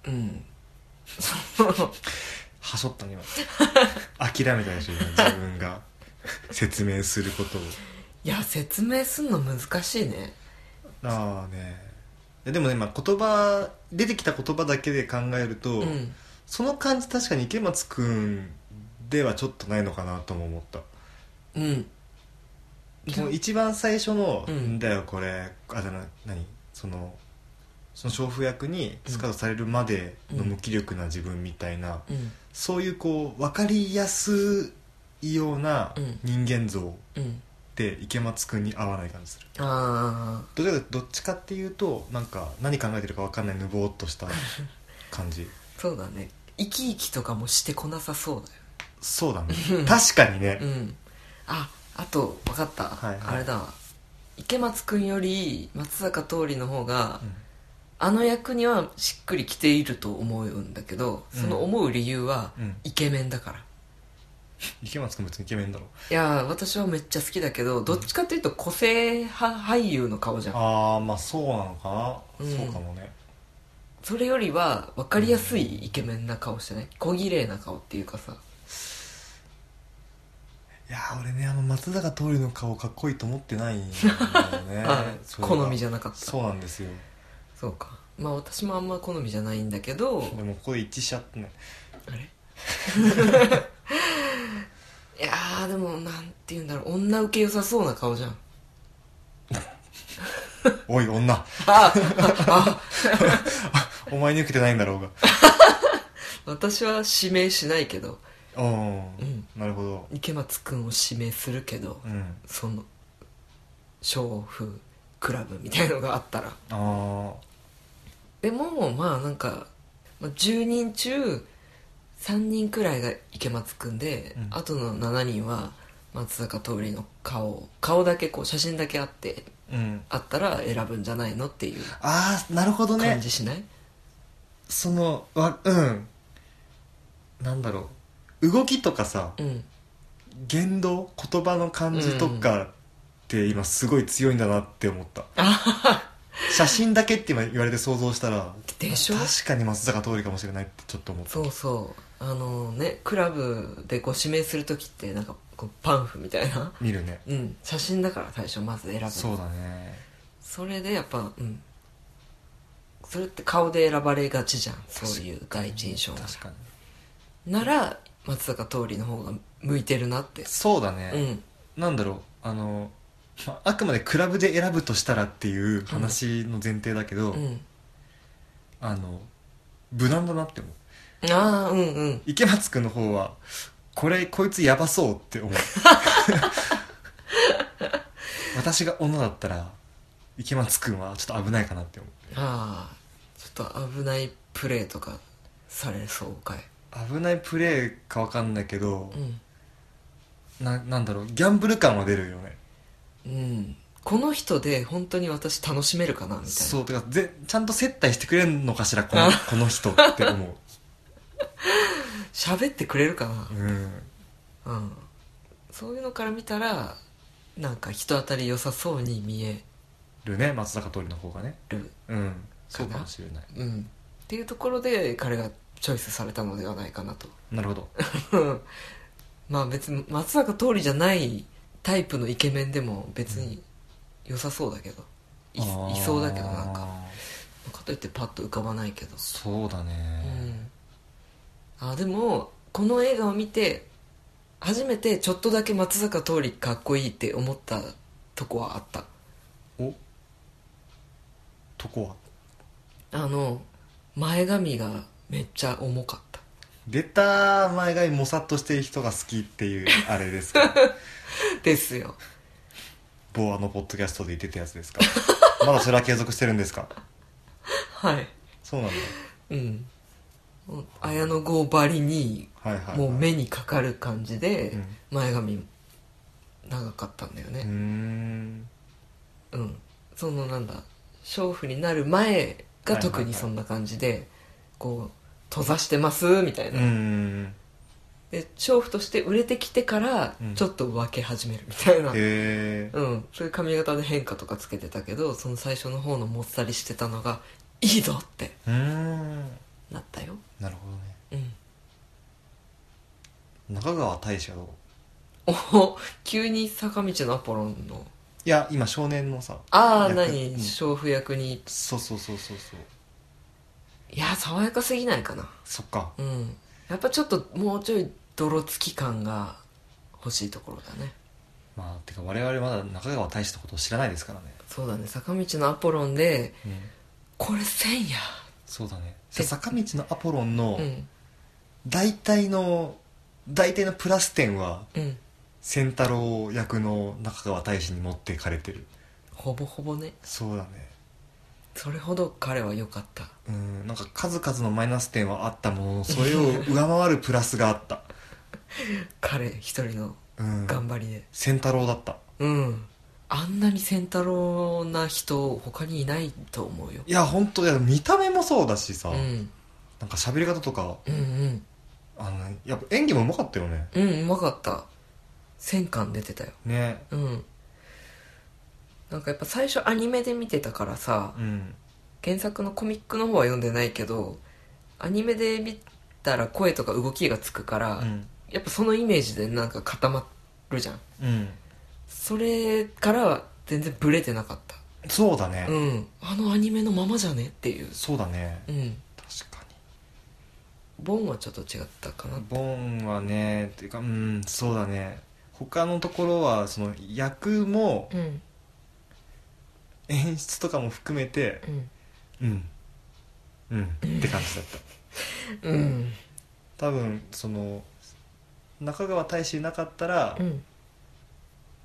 Speaker 1: うんその
Speaker 2: はしょっ たね今諦めたでしょ今自分が説明することを
Speaker 1: いや説明すんの難しいね
Speaker 2: ああねいやでもね、まあ、言葉出てきた言葉だけで考えると、
Speaker 1: うん
Speaker 2: その感じ確かに池松くんではちょっとないのかなとも思った
Speaker 1: うん
Speaker 2: その一番最初の「
Speaker 1: うん
Speaker 2: んだよこれ」あだな何そのその娼婦役にスカウトされるまでの無気力な自分みたいな、
Speaker 1: うん
Speaker 2: そういうこう分かりやすいような
Speaker 1: うん
Speaker 2: 人間像
Speaker 1: うん
Speaker 2: って池松くんに合わない感じする
Speaker 1: ああ
Speaker 2: どちらかどっちかっていうとなんか何考えてるか分かんないぬぼーっとした 感じ
Speaker 1: そうだね生き生きとかもしてこなさそうだよ
Speaker 2: そう だね確かにね
Speaker 1: うんああと分かった、
Speaker 2: はいはい
Speaker 1: あれだわ池松君より松坂桃李の方が、
Speaker 2: うん
Speaker 1: あの役にはしっくりきていると思うんだけどその思う理由は、
Speaker 2: うん
Speaker 1: イケメンだから
Speaker 2: 池松くん別にイケメンだろ
Speaker 1: いやー私はめっちゃ好きだけどどっちかというと個性派俳優の顔じゃん
Speaker 2: ああまあそうなのかな、
Speaker 1: うん
Speaker 2: そうかもね
Speaker 1: それよりは分かりやすいイケメンな顔してない小綺麗な顔っていうかさ
Speaker 2: いやー俺ねあの松坂桃李の顔かっこいいと思ってないんだよね
Speaker 1: あ好みじ
Speaker 2: ゃ
Speaker 1: ゃなかった
Speaker 2: そうなんですよ
Speaker 1: そうかまあ私もあんま好みじゃないんだけど
Speaker 2: でもここで一致しちゃってね
Speaker 1: あれいやーでもなんて言うんだろう女受け良さそうな顔じ ゃん
Speaker 2: おい女
Speaker 1: ああ
Speaker 2: お前に受けてないんだろうが
Speaker 1: 私は指名しないけど
Speaker 2: おお、
Speaker 1: うん
Speaker 2: なるほど
Speaker 1: 池松君を指名するけど、
Speaker 2: うん
Speaker 1: その娼婦クラブみたいのがあったら
Speaker 2: あ
Speaker 1: でもまあなんかまあ10人中3人くらいが池松くんで、
Speaker 2: うん
Speaker 1: あとの7人は松坂桃李の顔顔だけこう写真だけあって
Speaker 2: あうん
Speaker 1: あったら選ぶんじゃないのっていう
Speaker 2: ああなるほど
Speaker 1: 感
Speaker 2: ね
Speaker 1: じしない、
Speaker 2: そのわうんなんだろう動きとかさ
Speaker 1: うん
Speaker 2: 言動言葉の感じとかって今すごい強いんだなって思った、
Speaker 1: あはは
Speaker 2: 写真だけって今言われて想像したら
Speaker 1: でしょ
Speaker 2: 確かに松坂桃李かもしれないってちょっと思った
Speaker 1: そうそうあのねクラブでこう指名する時ってなんかこうパンフみたいな
Speaker 2: 見るね
Speaker 1: うん写真だから最初まず選ぶ
Speaker 2: そうだね
Speaker 1: それでやっぱうんそれって顔で選ばれがちじゃんそういう第一印象が
Speaker 2: 確かに
Speaker 1: なら松坂桃李の方が向いてるなって
Speaker 2: そうだ
Speaker 1: う
Speaker 2: ね、
Speaker 1: ん
Speaker 2: なんだろうあの、まああくまでクラブで選ぶとしたらっていう話の前提だけど、
Speaker 1: うん
Speaker 2: あの無難だなって思う
Speaker 1: ああうんうん
Speaker 2: 池松君の方はこれこいつやばそうって 思う私が女だったら池松君はちょっと危ないかなって思
Speaker 1: ああちょっと危ないプレーとかされそうかいう
Speaker 2: 危ないプレーかわかんないけど
Speaker 1: う、ん、
Speaker 2: ななんだろうギャンブル感は出るよね
Speaker 1: うん、この人で本当に私楽しめるかなみたいな
Speaker 2: そうてかぜちゃんと接待してくれんのかしらこのこの人って思
Speaker 1: 喋ってくれるかな
Speaker 2: ううん
Speaker 1: うんそういうのから見たらなんか人当たり良さそうに見え
Speaker 2: るね松坂桃李の方がね
Speaker 1: る
Speaker 2: うんそうかもしれない
Speaker 1: うんっていうところで彼がチョイスされたのではないかなと
Speaker 2: なるほど
Speaker 1: うんまあ別に松坂桃李じゃないタイプのイケメンでも別に良さそうだけどいいそうだけどなんか
Speaker 2: あ
Speaker 1: かといってパッと浮かばないけど
Speaker 2: ーそうだ
Speaker 1: う
Speaker 2: ね、
Speaker 1: んあでもこの映画を見て初めてちょっとだけ松坂桃李かっこいいって思ったとこはあった
Speaker 2: おとこは
Speaker 1: あの前髪がめっちゃ重かった
Speaker 2: 出た前髪もさっとしてる人が好きっていうあれで すか
Speaker 1: ですよ
Speaker 2: 某あのポッドキャストで言ってたやつですかまだそれは継続してるんですか
Speaker 1: はい
Speaker 2: そうなんだ
Speaker 1: うん綾野剛ばりに
Speaker 2: はいはい、はい、
Speaker 1: もう目にかかる感じで
Speaker 2: うん
Speaker 1: 前髪長かったんだよ
Speaker 2: うー
Speaker 1: ね
Speaker 2: ん
Speaker 1: うん、そのなんだ娼婦になる前が特にそんな感じで、こう閉ざしてますみたいうな、
Speaker 2: ーん
Speaker 1: で娼婦として売れてきてから
Speaker 2: うん
Speaker 1: ちょっと分け始めるみたいな、
Speaker 2: へえ
Speaker 1: うん、そういう髪型で変化とかつけてたけどその最初の方のもっさりしてたのがいいぞって
Speaker 2: うーん
Speaker 1: なったよ
Speaker 2: なるほ
Speaker 1: う
Speaker 2: どね
Speaker 1: ん
Speaker 2: 中川大志はどう
Speaker 1: おお急に坂道のアポロンの
Speaker 2: いや今少年のさ
Speaker 1: ああ
Speaker 2: 役
Speaker 1: 何
Speaker 2: うん
Speaker 1: 娼婦役に
Speaker 2: そうそうそうそうそう
Speaker 1: いや爽やかすぎないかな
Speaker 2: そっか
Speaker 1: うんやっぱちょっともうちょい泥つき感が欲しいところだね
Speaker 2: まあてか我々まだ中川大志のことを知らないですからね、
Speaker 1: そうだね坂道のアポロンで
Speaker 2: うん、
Speaker 1: これせんや
Speaker 2: そうだねじ
Speaker 1: で
Speaker 2: ゃあ坂道のアポロンの
Speaker 1: うん
Speaker 2: 大体の大体のプラス点は
Speaker 1: うん
Speaker 2: 仙太郎役の中川大志に持ってかれてる
Speaker 1: ほぼほぼね
Speaker 2: そうだね
Speaker 1: それほど彼は良かった
Speaker 2: うんなんか数々のマイナス点はあったもののそれを上回るプラスがあった
Speaker 1: 彼一人の
Speaker 2: うん
Speaker 1: 頑張りで
Speaker 2: 仙太郎だった
Speaker 1: うんあんなに仙太郎な人他にいないと思うよ
Speaker 2: いや本当いや見た目もそうだしさ、
Speaker 1: うん
Speaker 2: なんか喋り方とか
Speaker 1: うんうん
Speaker 2: あのやっぱ演技もうまかったよね
Speaker 1: うんうまかった1000巻出てたよ
Speaker 2: ね
Speaker 1: うんなんかやっぱ最初アニメで見てたからさ
Speaker 2: うん
Speaker 1: 原作のコミックの方は読んでないけどアニメで見たら声とか動きがつくから、
Speaker 2: うん
Speaker 1: やっぱそのイメージでなんか固まるじゃん
Speaker 2: うん
Speaker 1: それからは全然ブレてなかっ
Speaker 2: そうだね
Speaker 1: た、うんあのアニメのままじゃねっていう
Speaker 2: そうだね
Speaker 1: うん
Speaker 2: 確かに
Speaker 1: ボンはちょっと違ったかな
Speaker 2: ボンはねっていうかうんそうだね他のところはその役も
Speaker 1: うん
Speaker 2: 演出とかも含めてうんうんって感じだった
Speaker 1: うんうん
Speaker 2: 多分その中川大志いなかったら、
Speaker 1: うん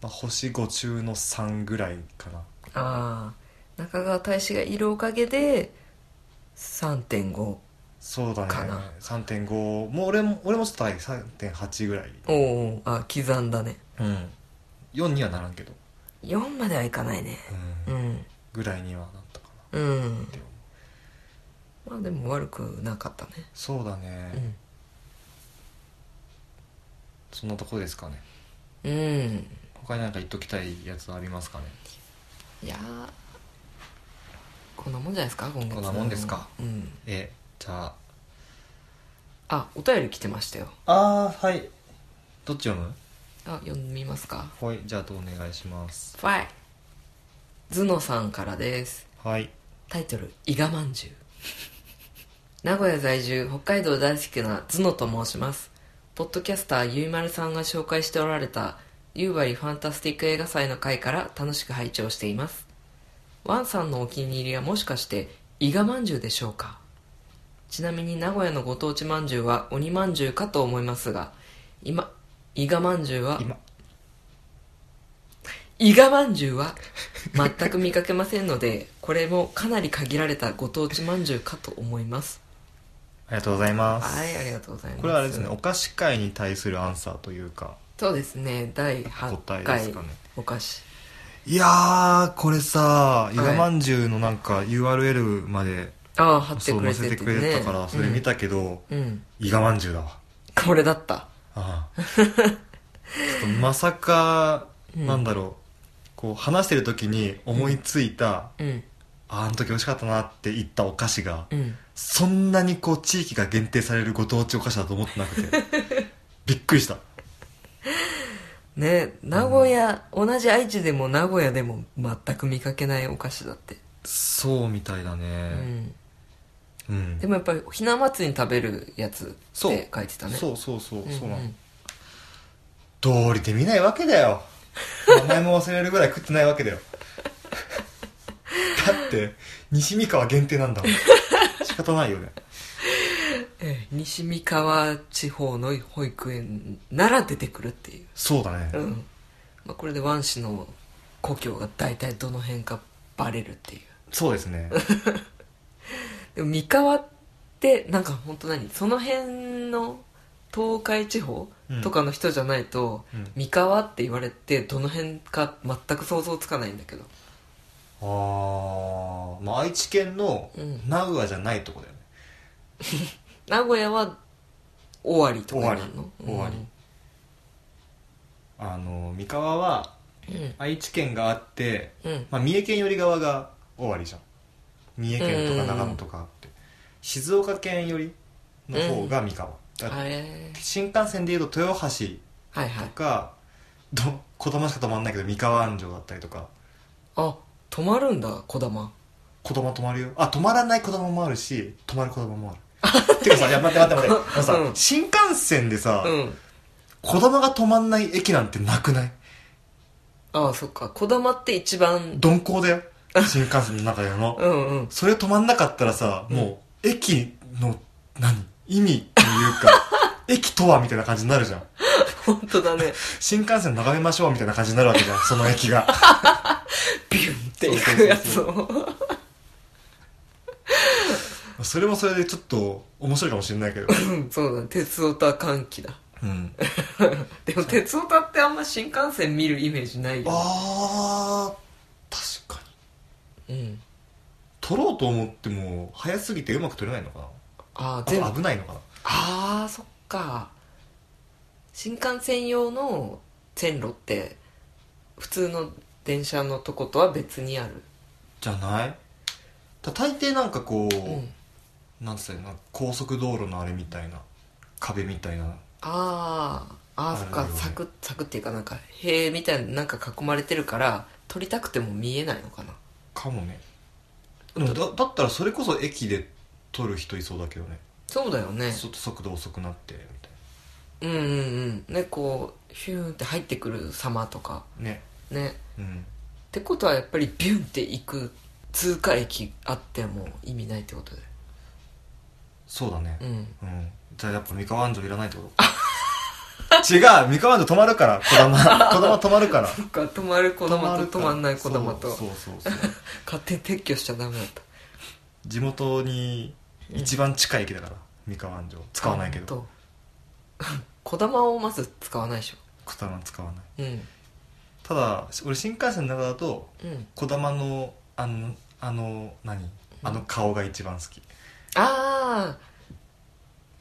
Speaker 2: まあ、星5中の3ぐらいかな
Speaker 1: ああ中川大志がいるおかげで3.5お
Speaker 2: そうだね
Speaker 1: かな
Speaker 2: 3.5もう俺も俺もちょっと高い3.8ぐらい
Speaker 1: おあ刻んだね
Speaker 2: うん4にはならんけど、
Speaker 1: 4まではいかないね
Speaker 2: うん
Speaker 1: うん
Speaker 2: ぐらいにはなったかな
Speaker 1: うん
Speaker 2: って
Speaker 1: ま
Speaker 2: 思う
Speaker 1: あでも悪くなかったね
Speaker 2: そうだね、そんなとこですかね
Speaker 1: うん、うん、
Speaker 2: 他に何か言っときたいやつありますかね
Speaker 1: いやーこんなもんじゃないですか今月
Speaker 2: こんなもんですか
Speaker 1: うん
Speaker 2: えじゃあ
Speaker 1: あお便り来てましたよ
Speaker 2: あーはいどっち読む
Speaker 1: あ読みますか
Speaker 2: はいじゃあどうお願いします
Speaker 1: ファイズノさんからです
Speaker 2: はい
Speaker 1: タイトル「伊賀まんじゅう」名古屋在住北海道大好きなズノと申しますポッドキャスターゆいまるさんが紹介しておられた夕張ファンタスティック映画祭の回から楽しく拝聴していますワンさんのお気に入りはもしかして伊賀まんじゅうでしょうかちなみに名古屋のご当地まんじゅうは鬼まんじゅうかと思いますが今伊賀まんじゅうは
Speaker 2: 今
Speaker 1: 伊賀まんじゅうは 全く見かけませんのでこれもかなり限られたご当地まんじゅうかと思います
Speaker 2: ありがとうございます
Speaker 1: はいありがとうございます
Speaker 2: これはあれですねお菓子会に対するアンサーというか
Speaker 1: そうですね第
Speaker 2: 答
Speaker 1: 8
Speaker 2: えで
Speaker 1: 回
Speaker 2: すかね
Speaker 1: お菓子
Speaker 2: いやーこれさ
Speaker 1: い
Speaker 2: 伊賀まんじゅうのなんか URL まで
Speaker 1: ああ貼って
Speaker 2: そう
Speaker 1: くれ
Speaker 2: 載
Speaker 1: てて
Speaker 2: せてくれてたからそれ見たけど
Speaker 1: うん、うん
Speaker 2: 伊賀まんじゅうだわ
Speaker 1: これだった
Speaker 2: あ あちょっとまさかなんだろう、こう話してる時に思いついた、
Speaker 1: うん
Speaker 2: ああの時美味しかったなって言ったお菓子が、
Speaker 1: うん
Speaker 2: そんなにこう地域が限定されるご当地お菓子だと思ってなくて びっくりした
Speaker 1: ね名古屋、同じ愛知でも名古屋でも全く見かけないお菓子だって、
Speaker 2: そうみたいだ
Speaker 1: う
Speaker 2: ね
Speaker 1: ん、
Speaker 2: うん、
Speaker 1: でもやっぱりひな祭りに食べるやつって書いてたね
Speaker 2: そうそうそうそうなの、
Speaker 1: ん
Speaker 2: 道理で見ないわけだよ名前も忘れるぐらい食ってないわけだよだって西三河限定な んだもん仕方ないよね
Speaker 1: ええ西三河地方の保育園なら出てくるっていう、
Speaker 2: そうだね、
Speaker 1: うんまあ、これでワン氏の故郷が大体どの辺かバレるっていう
Speaker 2: そうで すね
Speaker 1: でも三河ってなんか本当何その辺の東海地方
Speaker 2: うん
Speaker 1: とかの人じゃないと、
Speaker 2: うん
Speaker 1: 三河って言われてどの辺か全く想像つかないんだけど
Speaker 2: あー、まあ愛知県の
Speaker 1: うん
Speaker 2: 名古屋じゃないとこだよね、
Speaker 1: 名古屋は尾張とかになるの
Speaker 2: 尾張あの三河は
Speaker 1: うん
Speaker 2: 愛知県があって、
Speaker 1: うん、うん
Speaker 2: まあ、三重県寄り側が尾張じゃん三重県と
Speaker 1: う
Speaker 2: か
Speaker 1: ん
Speaker 2: 長野とかあって静岡県寄りの方が三河、だから
Speaker 1: あれ
Speaker 2: 新幹線でいうと豊橋
Speaker 1: はいは
Speaker 2: と
Speaker 1: い
Speaker 2: か、ど子供しか止まんないけど三河安城だったりとか
Speaker 1: あ止まるんだこだま
Speaker 2: 子供止まるよあ止まらない子供もあるし止まる子 供もあるてかさいや待って待って待ってあのさ、
Speaker 1: うん
Speaker 2: 新幹線でさ、
Speaker 1: うん
Speaker 2: 子供が止まんない駅なんてなくない
Speaker 1: ああそっかこだまって一番
Speaker 2: 鈍行だよ新幹線の中での、
Speaker 1: うんうん
Speaker 2: それ止まんなかったらさ、もう駅の何意味っていう か駅とはみたいな感じになるじゃん
Speaker 1: 本当だ ね
Speaker 2: 新幹線眺めましょうみたいな感じになるわ けじゃんその駅が
Speaker 1: ビュンっていくやつを
Speaker 2: それもそれでちょっと面白いかもしれないけど
Speaker 1: うんそうだね鉄オタ歓喜だ
Speaker 2: うん
Speaker 1: でも鉄オタってあんま新幹線見るイメージないよ
Speaker 2: あー確かに
Speaker 1: うん
Speaker 2: 撮ろうと思っても早すぎてうまく撮れないのかな
Speaker 1: ああ全部
Speaker 2: あと危ないのかな
Speaker 1: ああそっか新幹線用の線路って普通の電車のとことは別にある
Speaker 2: じゃないだ大抵なんかこう、
Speaker 1: うん
Speaker 2: なんつったらいいの高速道路のあれみたいな壁みたいな
Speaker 1: あーあーそっ
Speaker 2: あ
Speaker 1: か
Speaker 2: るよね
Speaker 1: 柵柵っていうかなんか塀みたいななんか囲まれてるから撮りたくても見えないのかな
Speaker 2: かもねでもだだったらそれこそ駅で撮る人いそうだけどね
Speaker 1: そうだよね
Speaker 2: そ速度遅くなってみたい
Speaker 1: うんうんうんねこうヒューンって入ってくる様とか
Speaker 2: なね
Speaker 1: ね
Speaker 2: うん
Speaker 1: ってことはやっぱりビュンって行く通過駅あっても意味ないってことで
Speaker 2: そうだね
Speaker 1: うん
Speaker 2: うん、じゃあやっぱ三河安城いらないってこと 違う三河安城止まるから児玉 児玉止まるから
Speaker 1: そっか止まる子
Speaker 2: ま
Speaker 1: 玉
Speaker 2: る
Speaker 1: と
Speaker 2: か
Speaker 1: 止
Speaker 2: ら
Speaker 1: まんない子玉と
Speaker 2: そうそうそうそう
Speaker 1: 勝手に撤去しちゃダメだった
Speaker 2: 地元に一番近い駅だから、三河安城使わないけど
Speaker 1: ど 子玉をまず使わないでしょ
Speaker 2: 児玉使わない
Speaker 1: うん
Speaker 2: ただ俺新幹線の中だと
Speaker 1: うん
Speaker 2: 児玉のあのあの何あの顔が一番好き
Speaker 1: あ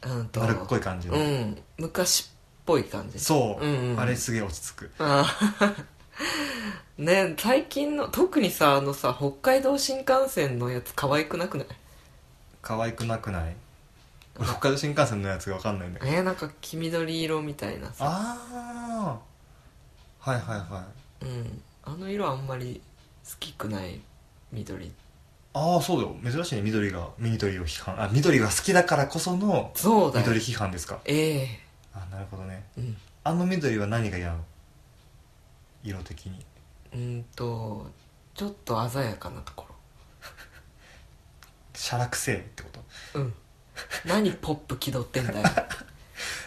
Speaker 1: あうんと
Speaker 2: 丸っこい感じの、
Speaker 1: うん昔っぽい感じ
Speaker 2: そう、
Speaker 1: うんうん
Speaker 2: あれすげえ落ち着く
Speaker 1: あー ね最近の特にさあのさ北海道新幹線のやつ可愛くなくない
Speaker 2: 可愛くなくない俺北海道新幹線のやつが分かんないんだけど
Speaker 1: えー、なんか黄緑色みたいなさ
Speaker 2: ああはいはいはい
Speaker 1: うんあの色あんまり好きくない緑
Speaker 2: ああそうだよ珍しいね緑が緑を批判あ緑が好きだからこその
Speaker 1: そうだよ
Speaker 2: 緑批判ですか
Speaker 1: ええ
Speaker 2: あなるほどね
Speaker 1: うん
Speaker 2: あの緑は何が嫌なの色的に
Speaker 1: うーんとちょっと鮮やかなとこ
Speaker 2: シャラくせえってこと
Speaker 1: ろうん何ポップ気取ってん だよ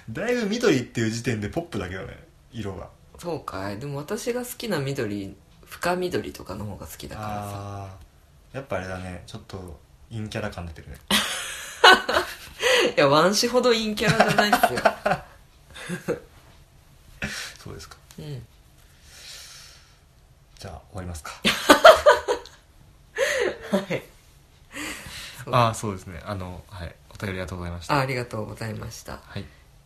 Speaker 2: だいぶ緑っていう時点でポップだけどね色が
Speaker 1: そうかいでも私が好きな緑深緑とかの方が好きだからさ
Speaker 2: ああーやっぱあれだねちょっと陰キャラ感出てるね
Speaker 1: いやワンシほど陰キャラじゃないですよ
Speaker 2: そうですか
Speaker 1: うん
Speaker 2: じゃあ終わりますか
Speaker 1: はい
Speaker 2: ああそうですねあのはいお便りありがとうございまし
Speaker 1: あありがとうございました
Speaker 2: はい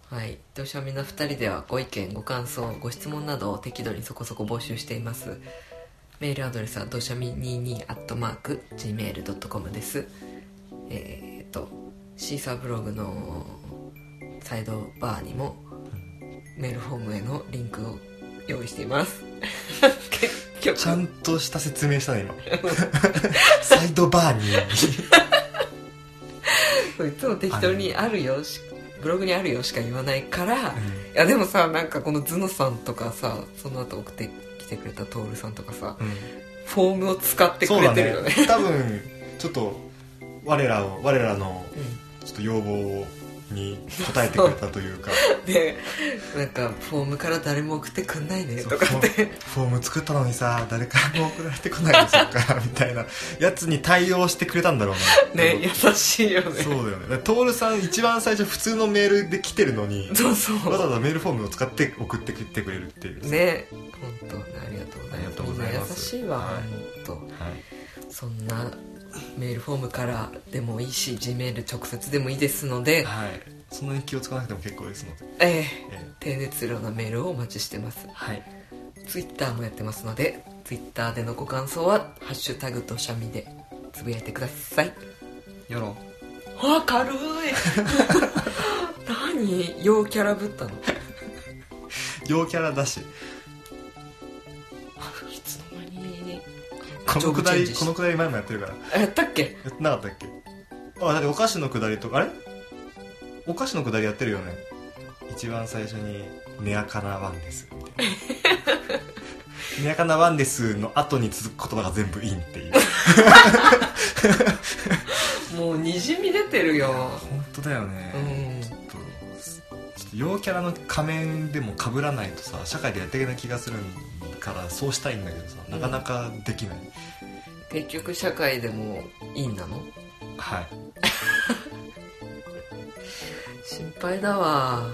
Speaker 1: はい「どうしようみんな2人」ではご意見ご感想ご質問などを適度にそこそこ募集していますメールアドレスはどうしゃみ22アットマーク gmail.com ですえー、っとシーサーブログのサイドバーにもメールフォームへのリンクを用意しています 結局
Speaker 2: ちゃんとした説明したね 今サイドバーに
Speaker 1: いつも適当に「あるよ」しブログにあるよしか言わないから、
Speaker 2: ん
Speaker 1: いやでもさなんかこのズノさんとかさその後送ってきてくれたトールさんとかさフォームを使ってく
Speaker 2: そう
Speaker 1: れ
Speaker 2: だ
Speaker 1: てるよね
Speaker 2: ね多分ちょっと我らを我らのちょっと要望に応えてくれたというか
Speaker 1: うんでなんかフォームから誰も送ってくんないね
Speaker 2: そう
Speaker 1: とかって
Speaker 2: フォーム作ったのにさ誰からも送られてこないでしょ うかみたいなやつに対応してくれたんだろうな
Speaker 1: ね優しいよね
Speaker 2: そうだよねだから徹さん一番最初普通のメールで来てるのに
Speaker 1: そうそう
Speaker 2: わざわざメールフォームを使って送ってきてくれるっていう、
Speaker 1: ね本当ねありがとうございます
Speaker 2: ありがとうございます
Speaker 1: みんな優しいわ、
Speaker 2: はい
Speaker 1: 本
Speaker 2: はい
Speaker 1: 当そんなメールフォームからでもいいし G メール直接でもいいですので、
Speaker 2: はい、そんなに気を使わなくても結構ですので、
Speaker 1: ええ
Speaker 2: えー
Speaker 1: 低熱量なメールをお待ちしてます
Speaker 2: はい
Speaker 1: ツイッターもやってますのでツイッターでのご感想は「ハッシュタグとしゃみ」でつぶやいてください
Speaker 2: よろ
Speaker 1: あ軽い 何陽キャラぶったのい
Speaker 2: 両キャラだし
Speaker 1: つの間に
Speaker 2: このく
Speaker 1: ジョブ
Speaker 2: だ
Speaker 1: チェン
Speaker 2: り
Speaker 1: ジし
Speaker 2: このくだり前もやってるから
Speaker 1: あやったっけ
Speaker 2: やってなかったっけあだってお菓子のくだりとかあれお菓子のくだりやってるよね一番最初に「ネアカナワンです」み たいな「ネアカナワンです」の後に続く言葉が全部「イン」っていう
Speaker 1: もうにじみ出てるよ
Speaker 2: 本当だよね、
Speaker 1: うん
Speaker 2: ちょっとちょっと陽キャラの仮面でも被らないとさ社会でやっていけない気がするからそうしたいんだけどさなかなかできない、
Speaker 1: 結局社会でもいいんなの
Speaker 2: はい
Speaker 1: 心配だわ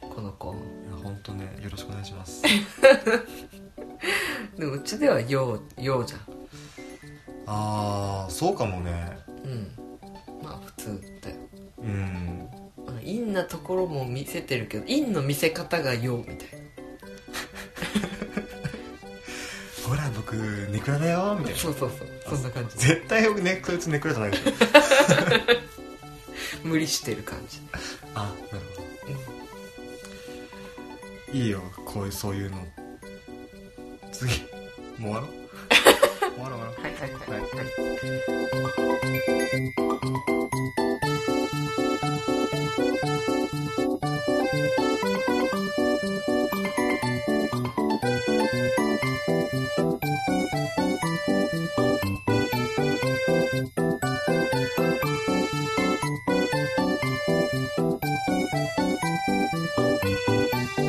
Speaker 1: この子
Speaker 2: いや本当ねよろしくお願いし ます
Speaker 1: でもうちでは陽陽じゃん
Speaker 2: ああそうかもね
Speaker 1: うんまあ普通だよ
Speaker 2: うん
Speaker 1: まあ陰なところも見せてるけど陰の見せ方が陽みたいな
Speaker 2: ほら僕ネクラだよみたいな
Speaker 1: そうそうそうそんな感じ
Speaker 2: 絶対僕ねこいつネクラじゃ ないでしょ
Speaker 1: 無理してる感じ
Speaker 2: あなるほどいいよこういうそういうの次もう終 わろう終わろう終わろう
Speaker 1: はいはい
Speaker 2: は
Speaker 1: は
Speaker 2: い
Speaker 1: い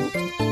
Speaker 3: 「